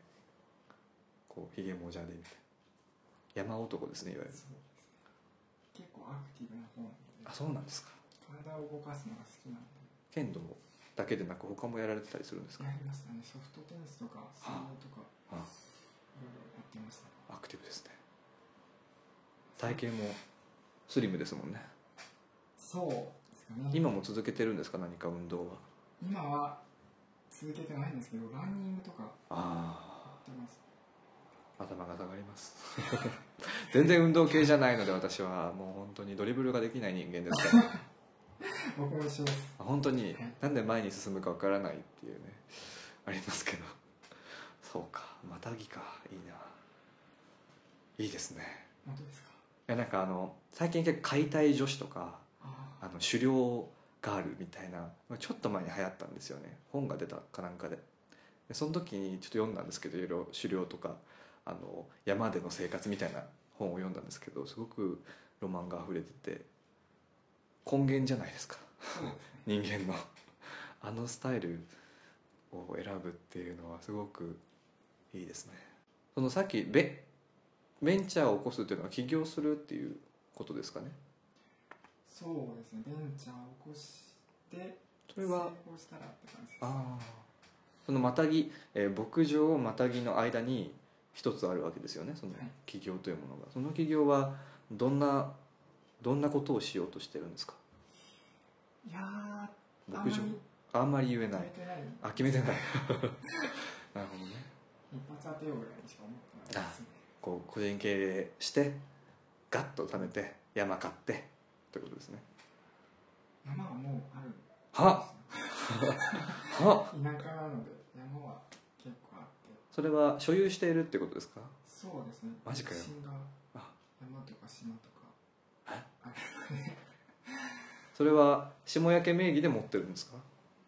Speaker 1: こうひげもじゃでみたいな山男ですねいわゆる
Speaker 2: そうですね結構アクティブな方なので
Speaker 1: あそうなんですか
Speaker 2: 体を動かすのが好きなので
Speaker 1: 剣道だけでなく他もやられてたりするんですか
Speaker 2: やりましたねソフトテニスとか水泳とか
Speaker 1: あ
Speaker 2: いろいろやってました
Speaker 1: アクティブですね体型もスリムですもんね
Speaker 2: そうですかね
Speaker 1: 今も続けてるんですか何か運動は
Speaker 2: 今は続けてないんですけどランニングとかや
Speaker 1: あ
Speaker 2: ってます
Speaker 1: あ頭が下がります 全然運動系じゃないので私はもう本当にドリブルができない人間ですから
Speaker 2: 僕も一緒です
Speaker 1: 本当になんで前に進むかわからないっていうねありますけどそうかまたぎかいいないいですね
Speaker 2: 本当ですか
Speaker 1: いやなんかあの最近結構解体女子とか
Speaker 2: ああ
Speaker 1: あの狩猟ガールみたいなちょっと前に流行ったんですよね本が出たかなんかででその時にちょっと読んだんですけどいろいろ狩猟とかあの山での生活みたいな本を読んだんですけどすごくロマンが溢れてて根源じゃないですか
Speaker 2: そうですね
Speaker 1: 人間の あのスタイルを選ぶっていうのはすごくいいですねそのさっきベベンチャーを起こすっていうのは起業するっていうことですかね
Speaker 2: そうですねベンチャーを起こして
Speaker 1: それは
Speaker 2: 成功したらって感じです
Speaker 1: ああそのまたぎ、えー牧場をまたぎの間に一つあるわけですよねその
Speaker 2: はい
Speaker 1: 起業というものがその起業はどんなどんなことをしようとしてるんですか
Speaker 2: いやーあんま
Speaker 1: 牧
Speaker 2: り
Speaker 1: 場
Speaker 2: 決
Speaker 1: あんまり言え
Speaker 2: め
Speaker 1: ない
Speaker 2: てない
Speaker 1: あ決めてない なるほどね
Speaker 2: 一発当てようぐらいにしか思ってないですね
Speaker 1: こう個人経営してガッと貯めて山買ってってことですね
Speaker 2: 山はもうあるんで
Speaker 1: は
Speaker 2: す
Speaker 1: は
Speaker 2: よ田舎なので山は結構あって
Speaker 1: それは所有しているってことですか
Speaker 2: そうですね
Speaker 1: マジかよ
Speaker 2: 地震が
Speaker 1: あ
Speaker 2: 山とか島とか
Speaker 1: え
Speaker 2: あ
Speaker 1: それは下焼名義で持ってるんですか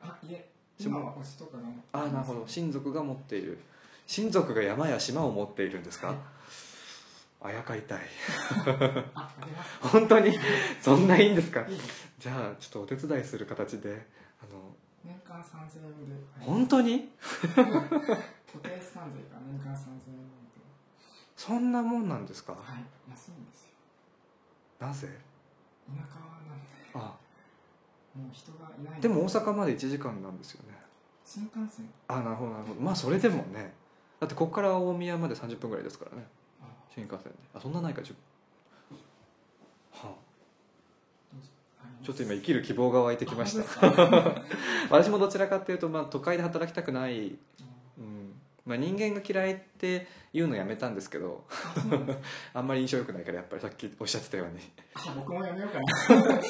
Speaker 2: あいえ
Speaker 1: 島
Speaker 2: 今は推しとかが持って
Speaker 1: ああ
Speaker 2: ます
Speaker 1: なるほど親族が持っている親族が山や島を持っているんですかあやかりたい
Speaker 2: ああります
Speaker 1: 本当 にそんないいんですか
Speaker 2: いいです
Speaker 1: じゃあちょっとお手伝いする形であの
Speaker 2: 年間3000円で
Speaker 1: 本 当に
Speaker 2: 固定資産税が年間3000円なので
Speaker 1: そんなもんなんですか
Speaker 2: はい安いんですよ
Speaker 1: なぜ
Speaker 2: 田舎なので
Speaker 1: あ
Speaker 2: もう人がいないの
Speaker 1: でも大阪まで1時間なんですよね
Speaker 2: 新幹線
Speaker 1: あなるほどなるほどまあそれでもねだってここから大宮まで30分ぐらいですからね
Speaker 2: あ
Speaker 1: 新幹線であそんなないか10は
Speaker 2: どうぞありま
Speaker 1: あ、
Speaker 2: す
Speaker 1: ちょっと今生きる希望が湧いてきま した
Speaker 2: あ本当ですか
Speaker 1: 私もどちらかっていうと、まあ、都会で働きたくない、
Speaker 2: あ
Speaker 1: うんまあ、人間が嫌いって言うのやめたんですけど
Speaker 2: そうなんです
Speaker 1: あんまり印象良くないからやっぱりさっきおっしゃってたように
Speaker 2: あ僕もやめようかない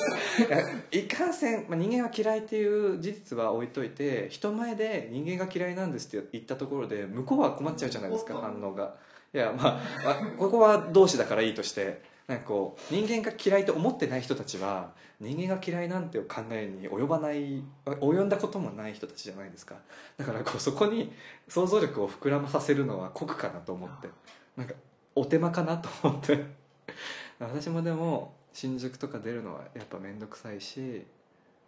Speaker 1: かんせん、まあ、人間は嫌いっていう事実は置いといて人前で人間が嫌いなんですって言ったところで向こうは困っちゃうじゃないですか
Speaker 2: おっと
Speaker 1: 反応がいやまああここは同志だからいいとしてなんかこう人間が嫌いと思ってない人たちは人間が嫌いなんていう考えに及ばない及んだこともない人たちじゃないですかだからこうそこに想像力を膨らまさせるのは酷かなと思ってなんかお手間かなと思って私もでも新宿とか出るのはやっぱ面倒くさいし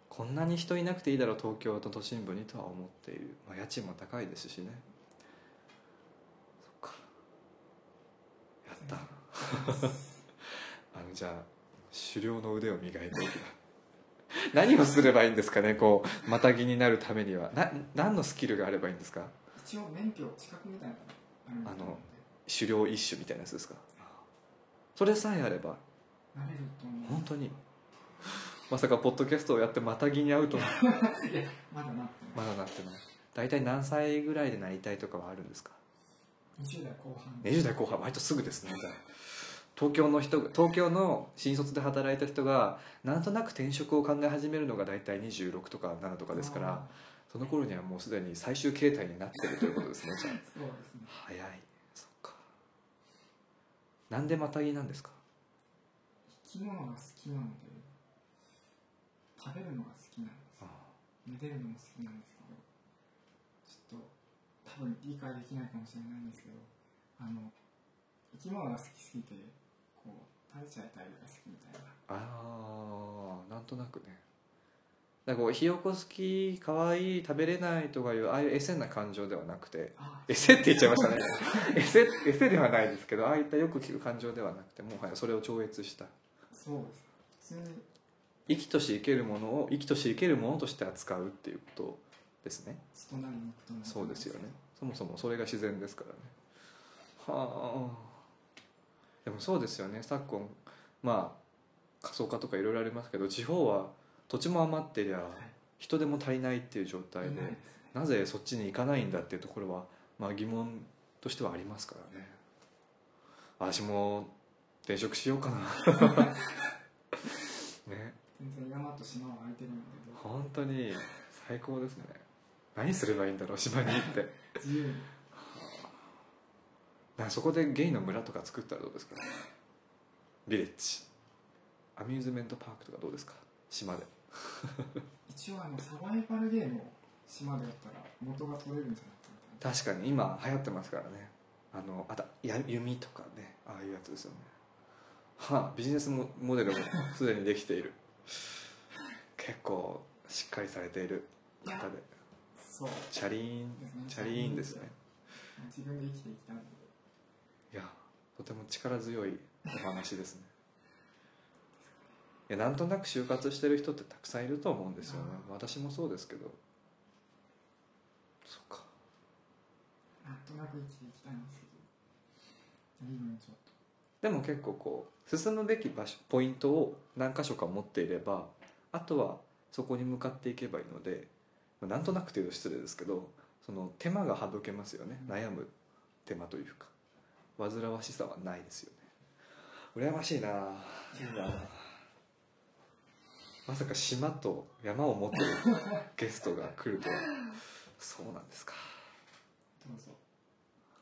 Speaker 1: こんなに人いなくていいだろう東京と都心部にとは思っている、まあ、家賃も高いですしね そっかやったあのじゃあ狩猟の腕を磨いていく何をすればいいんですかねこうまたぎになるためにはな何のスキルがあればいいんですか
Speaker 2: 一応免許資格みたいなのがあるみたいなの
Speaker 1: 狩猟一種みたいなやつですかそれさえあれば
Speaker 2: でなれると思う
Speaker 1: 本当にまさかポッドキャストをやってまたぎに会うとは
Speaker 2: まだなってない
Speaker 1: まだなってない大体何歳ぐらいでなりたいとかはあるんですか
Speaker 2: 20代後半
Speaker 1: 20代後半割とすぐですねじゃあ東京の人が東京の新卒で働いた人がなんとなく転職を考え始めるのが大体26とか7とかですからその頃にはもうすでに最終形態になってるということですねじゃあ
Speaker 2: あーそうですね
Speaker 1: 早いそっかなんでまたぎなんですか
Speaker 2: 生き物が好きなので食べるのが好きなんです
Speaker 1: あ
Speaker 2: 寝てるのも好きなんですけどちょっと多分理解できないかもしれないんですけどあの生き物が好きすぎてこう食べちゃいたいが好きみたいな
Speaker 1: あーなんとなくねだからこうひよこ好きかわいい食べれないとかいうああいうエセな感情ではなくて
Speaker 2: あ
Speaker 1: エセって言っちゃいました ねエセエセではないですけどああいったよく聞く感情ではなくてもはやそれを超越した
Speaker 2: そうです普通に
Speaker 1: 生きとし生けるものを生きとし生けるものとして扱うっていうことですね
Speaker 2: 血となり肉となり
Speaker 1: そうですよねそもそもそれが自然ですからねはあでもそうですよね昨今まあ過疎化とかいろいろありますけど地方は土地も余ってりゃ人手も足りないっていう状
Speaker 2: はい
Speaker 1: 態
Speaker 2: い
Speaker 1: で
Speaker 2: ないですね
Speaker 1: なぜそっちに行かないんだっていうところは、まあ、疑問としてはありますからね私も転職しようかな ね
Speaker 2: 全然山と島は空いてるんだけど
Speaker 1: 本当に最高ですね何すればいいんだろう島に行って
Speaker 2: 自由に
Speaker 1: なんかそこでゲイの村とか作ったらどうですかビレッジアミューズメントパークとかどうですか島で
Speaker 2: 一応あのサバイバルゲームを島でやったら元が取れるんじゃないかみたいな
Speaker 1: 確かに今流行ってますからねあのあとや弓とかねああいうやつですよねはあビジネスモモデルもすでにできている結構しっかりされている方で
Speaker 2: そう
Speaker 1: チャリーン
Speaker 2: ですね
Speaker 1: チャリーンですね
Speaker 2: 自分で生きていきたいので
Speaker 1: いやとても力強いお話ですねいやなんとなく就活してる人ってたくさんいると思うんですよね私もそうですけどそうか
Speaker 2: なんとなく生きていきたいんですけど随分ちょっと
Speaker 1: でも結構こう進むべき場所ポイントを何箇所か持っていればあとはそこに向かっていけばいいのでまあなんとなくというと失礼ですけどその手間が省けますよね悩む手間というか煩わしさはないですよね羨ましいなあいいなあまさか島と山を持ってるゲストが来るとはそうなんですか
Speaker 2: どうぞ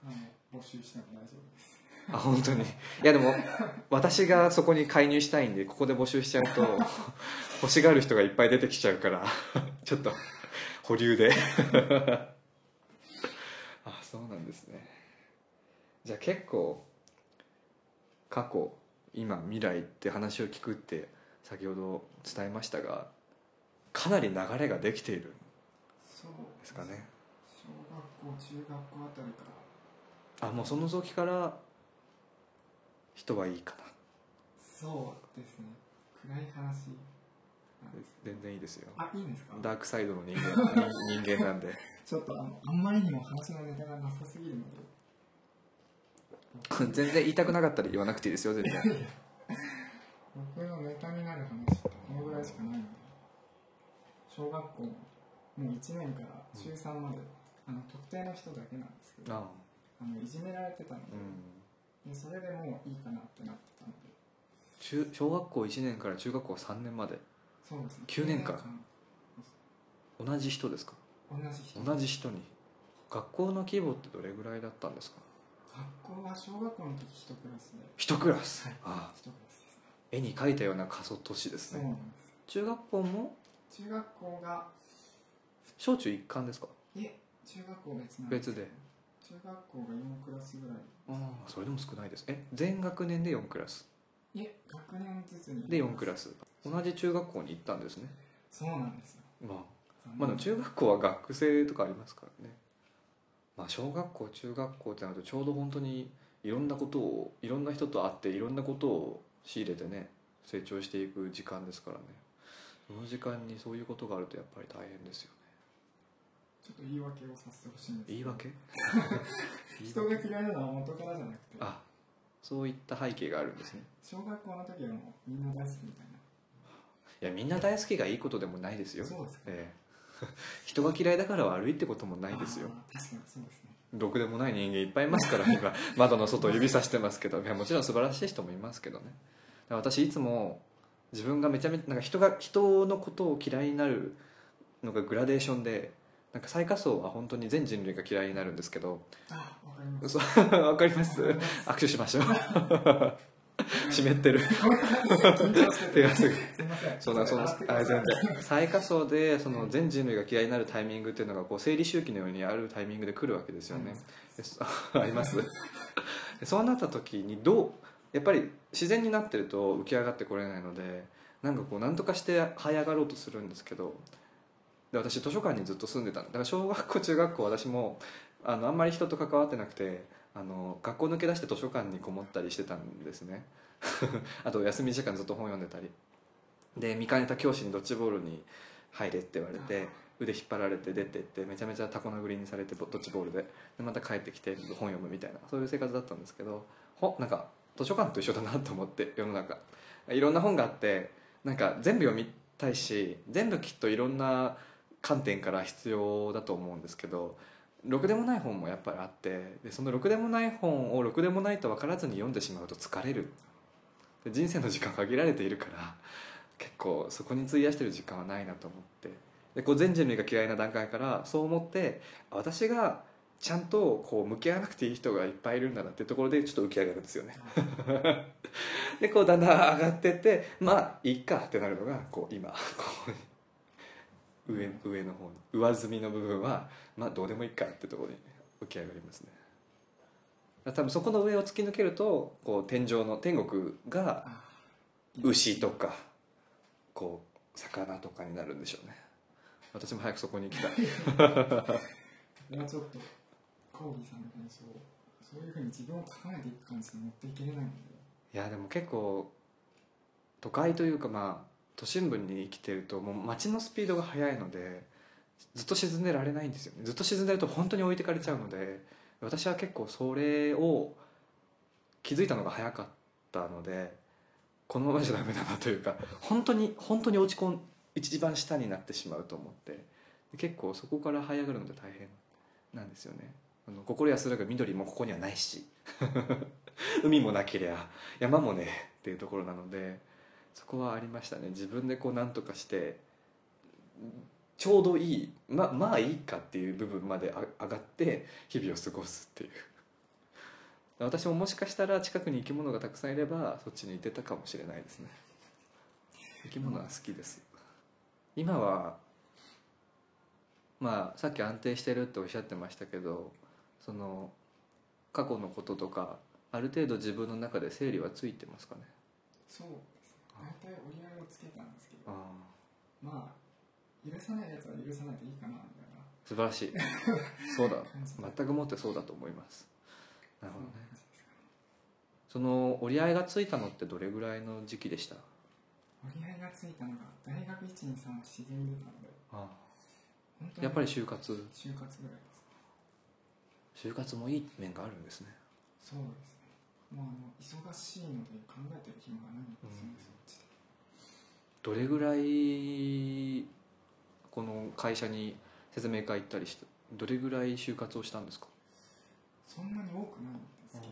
Speaker 2: あの募集しても大丈夫です
Speaker 1: あ本当にいやでも私がそこに介入したいんでここで募集しちゃうと欲しがる人がいっぱい出てきちゃうからちょっと保留であそうなんですねじゃあ結構過去今未来って話を聞くって先ほど伝えましたがかなり流れができているんで
Speaker 2: そうです
Speaker 1: かね
Speaker 2: 小学校中学校あたりから
Speaker 1: あもうその時から人はいいかな
Speaker 2: そうですね暗い話なんです
Speaker 1: 全然いいですよ
Speaker 2: あいいんですか
Speaker 1: ダークサイドの人間人人間なんで
Speaker 2: ちょっとあのあんまりにも話のネタがなさすぎるので
Speaker 1: 全然言いたくなかったら言わなくていいですよ全然
Speaker 2: 僕のネタになる話ってこのぐらいしかないので小学校のもう1年から中3まで、あの特定の人だけなんですけど
Speaker 1: ああ
Speaker 2: あのいじめられてたの
Speaker 1: う
Speaker 2: で,、
Speaker 1: ん
Speaker 2: でそれでもういいかなってなってたので
Speaker 1: 中小学校1年から中学校3年まで
Speaker 2: そうですね
Speaker 1: 9年間同じ人ですか
Speaker 2: 同じ人
Speaker 1: 同じ人に学校の規模ってどれぐらいだったんですか
Speaker 2: 学校は小学校の時1クラスで
Speaker 1: 一クラス
Speaker 2: はい
Speaker 1: ああ
Speaker 2: 1クラスですね
Speaker 1: 絵に描いたような過疎都市です
Speaker 2: そう
Speaker 1: ね
Speaker 2: なんです
Speaker 1: 中学校も
Speaker 2: 中学校が
Speaker 1: 小中一貫ですか
Speaker 2: いえ中学校別なん
Speaker 1: 別で
Speaker 2: 中学校が4クラスぐらい
Speaker 1: ああそれでも少ないですえ全学年で4クラス
Speaker 2: いえ学年ずつに
Speaker 1: で4クラス同じ中学校に行ったんですね
Speaker 2: そうなんですよ
Speaker 1: まあまあでも中学校は学生とかありますからね、まあ、小学校中学校ってなるとちょうど本当にいろんなことをいろんな人と会っていろんなことを仕入れてね成長していく時間ですからねその時間にそういうことがあるとやっぱり大変ですよね
Speaker 2: ちょっと言い訳をさせてほしいんですけど
Speaker 1: 言い訳言い
Speaker 2: 人が
Speaker 1: 訳
Speaker 2: 嫌いなのは元からじゃなくて
Speaker 1: あそういった背景があるんですね
Speaker 2: 小学校の時はもうみんな大好きみたいない
Speaker 1: やみんな大好きがいいことでもないですよ
Speaker 2: そうですか
Speaker 1: え え人が嫌いだから悪いってこともないですよ
Speaker 2: あー確かにそうですね
Speaker 1: ろくでもない人間いっぱいいますから今 窓の外を指さしてますけどいやもちろん素晴らしい人もいますけどねだから私いつも自分がめちゃめちゃなんか人が人のことを嫌いになるのがグラデーションでなんか最下層は本当に全人類が嫌いになるんですけど
Speaker 2: あわかります
Speaker 1: そうわかります
Speaker 2: わかります
Speaker 1: 握手しましょう 湿ってる
Speaker 2: ごめんなさい緊張して
Speaker 1: 手
Speaker 2: て
Speaker 1: が すぐ
Speaker 2: すいません
Speaker 1: そうだそうだ
Speaker 2: 洗ってく
Speaker 1: あ
Speaker 2: だ
Speaker 1: 全
Speaker 2: さい
Speaker 1: 然最下層でその全人類が嫌いになるタイミングっていうのがこう生理周期のようにあるタイミングで来るわけですよ ね、でそありますでそうなった時にどうやっぱり自然になってると浮き上がってこれないのでなんかこう何とかして這い上がろうとするんですけどで私図書館にずっと住んでたんだから小学校中学校私もあのあんまり人と関わってなくてあの学校抜け出して図書館にこもったりしてたんですね あと休み時間ずっと本読んでたりで見かねた教師にドッジボールに入れって言われて腕引っ張られて出てってめちゃめちゃタコ殴りにされてドッジボールででまた帰ってきて本読むみたいなそういう生活だったんですけどほなんか図書館と一緒だなと思って世の中いろんな本があってなんか全部読みたいし全部きっといろんな観点から必要だと思うんですけどろくでもない本もやっぱりあってでそのろくでもない本をろくでもないと分からずに読んでしまうと疲れるで人生の時間限られているから結構そこに費やしてる時間はないなと思ってでこう全人類が嫌いな段階からそう思ってあ私がちゃんとこう向き合わなくていい人がいっぱいいるんだなっていうところでちょっと浮き上がるんですよねでこうだんだん上がってってまあいっかってなるのがこう今こう上上の方に上積みの部分はまあどうでもいいかってところに浮き上がりますね多分そこの上を突き抜けるとこう天井の天国が
Speaker 2: あ
Speaker 1: 牛とかこう魚とかになるんでしょうね私も早くそこに行きたい
Speaker 2: これはちょっとコーギーさんの話をそういうふうに自分を高めていく感じで持っていけれないので
Speaker 1: いやでも結構都会というかまあ都心部に生きてるともう街のスピードが速いのでずっと沈んでられないんですよねずっと沈んでると本当に置いてかれちゃうので私は結構それを気づいたのが早かったのでこのままじゃダメだなというか本当に本当に落ち込ん一番下になってしまうと思ってで結構そこから這い上がるので大変なんですよねあの心安らぐ緑もここにはないし 海もなけりゃ山もねっていうところなのでそこはありましたね自分でこうなんとかしてちょうどいいままあいいかっていう部分まであ上がって日々を過ごすっていう私ももしかしたら近くに生き物がたくさんいればそっちに行ってたかもしれないですね生き物は好きです今はまあさっき安定してるっておっしゃってましたけどその過去のこととかある程度自分の中で整理はついてますかね
Speaker 2: そうですね大体折り合いをつけたんですけど
Speaker 1: ああ
Speaker 2: まあ許さないやつは許さないでいいかなみたいな
Speaker 1: 素晴らしいそうだ
Speaker 2: 感じで
Speaker 1: 全くもってそうだと思いますなる
Speaker 2: そ
Speaker 1: ほど
Speaker 2: んな
Speaker 1: ね
Speaker 2: 感じですかね
Speaker 1: その折り合いがついたのってどれぐらいの時期でした
Speaker 2: 折り合いがついたのが大学123は沈んでたので
Speaker 1: あ
Speaker 2: 本
Speaker 1: あ
Speaker 2: 当に
Speaker 1: やっぱり就活
Speaker 2: 就活ぐらいです
Speaker 1: 就活もいい面があるんですね
Speaker 2: そうですねもうあの忙しいので考えてる暇がないんですよね、
Speaker 1: うん
Speaker 2: そっちで
Speaker 1: どれぐらいこの会社に説明会行ったりしてどれぐらい就活をしたんですか
Speaker 2: そんなに多くないんですけど、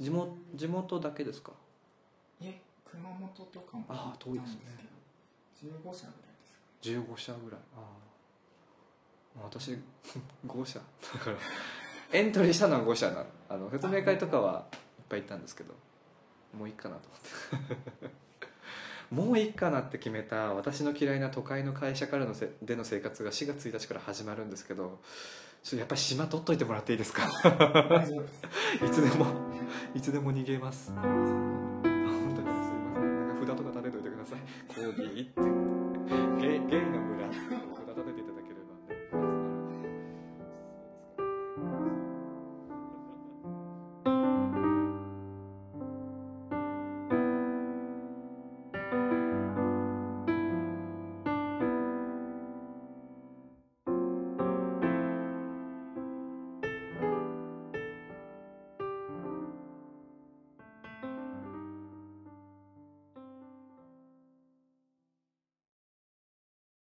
Speaker 1: 地元地元だけですか
Speaker 2: え熊本とかも
Speaker 1: あー遠いですね
Speaker 2: けど15社ぐらいですか
Speaker 1: 15社ぐらいああ私 5社だからエントリーしたのは5社なあの説明会とかはいっぱい行ったんですけどもういいかなと思ってもういいかなって決めた私の嫌いな都会の会社からのせでの生活が4月1日から始まるんですけどちょっとやっぱり島取っといてもらっていいですか
Speaker 2: 大丈夫です。
Speaker 1: いつでもいつでも逃げます本当にすいませんなんか札とか立てといてくださいコーギーってゲイゲイの村って札立て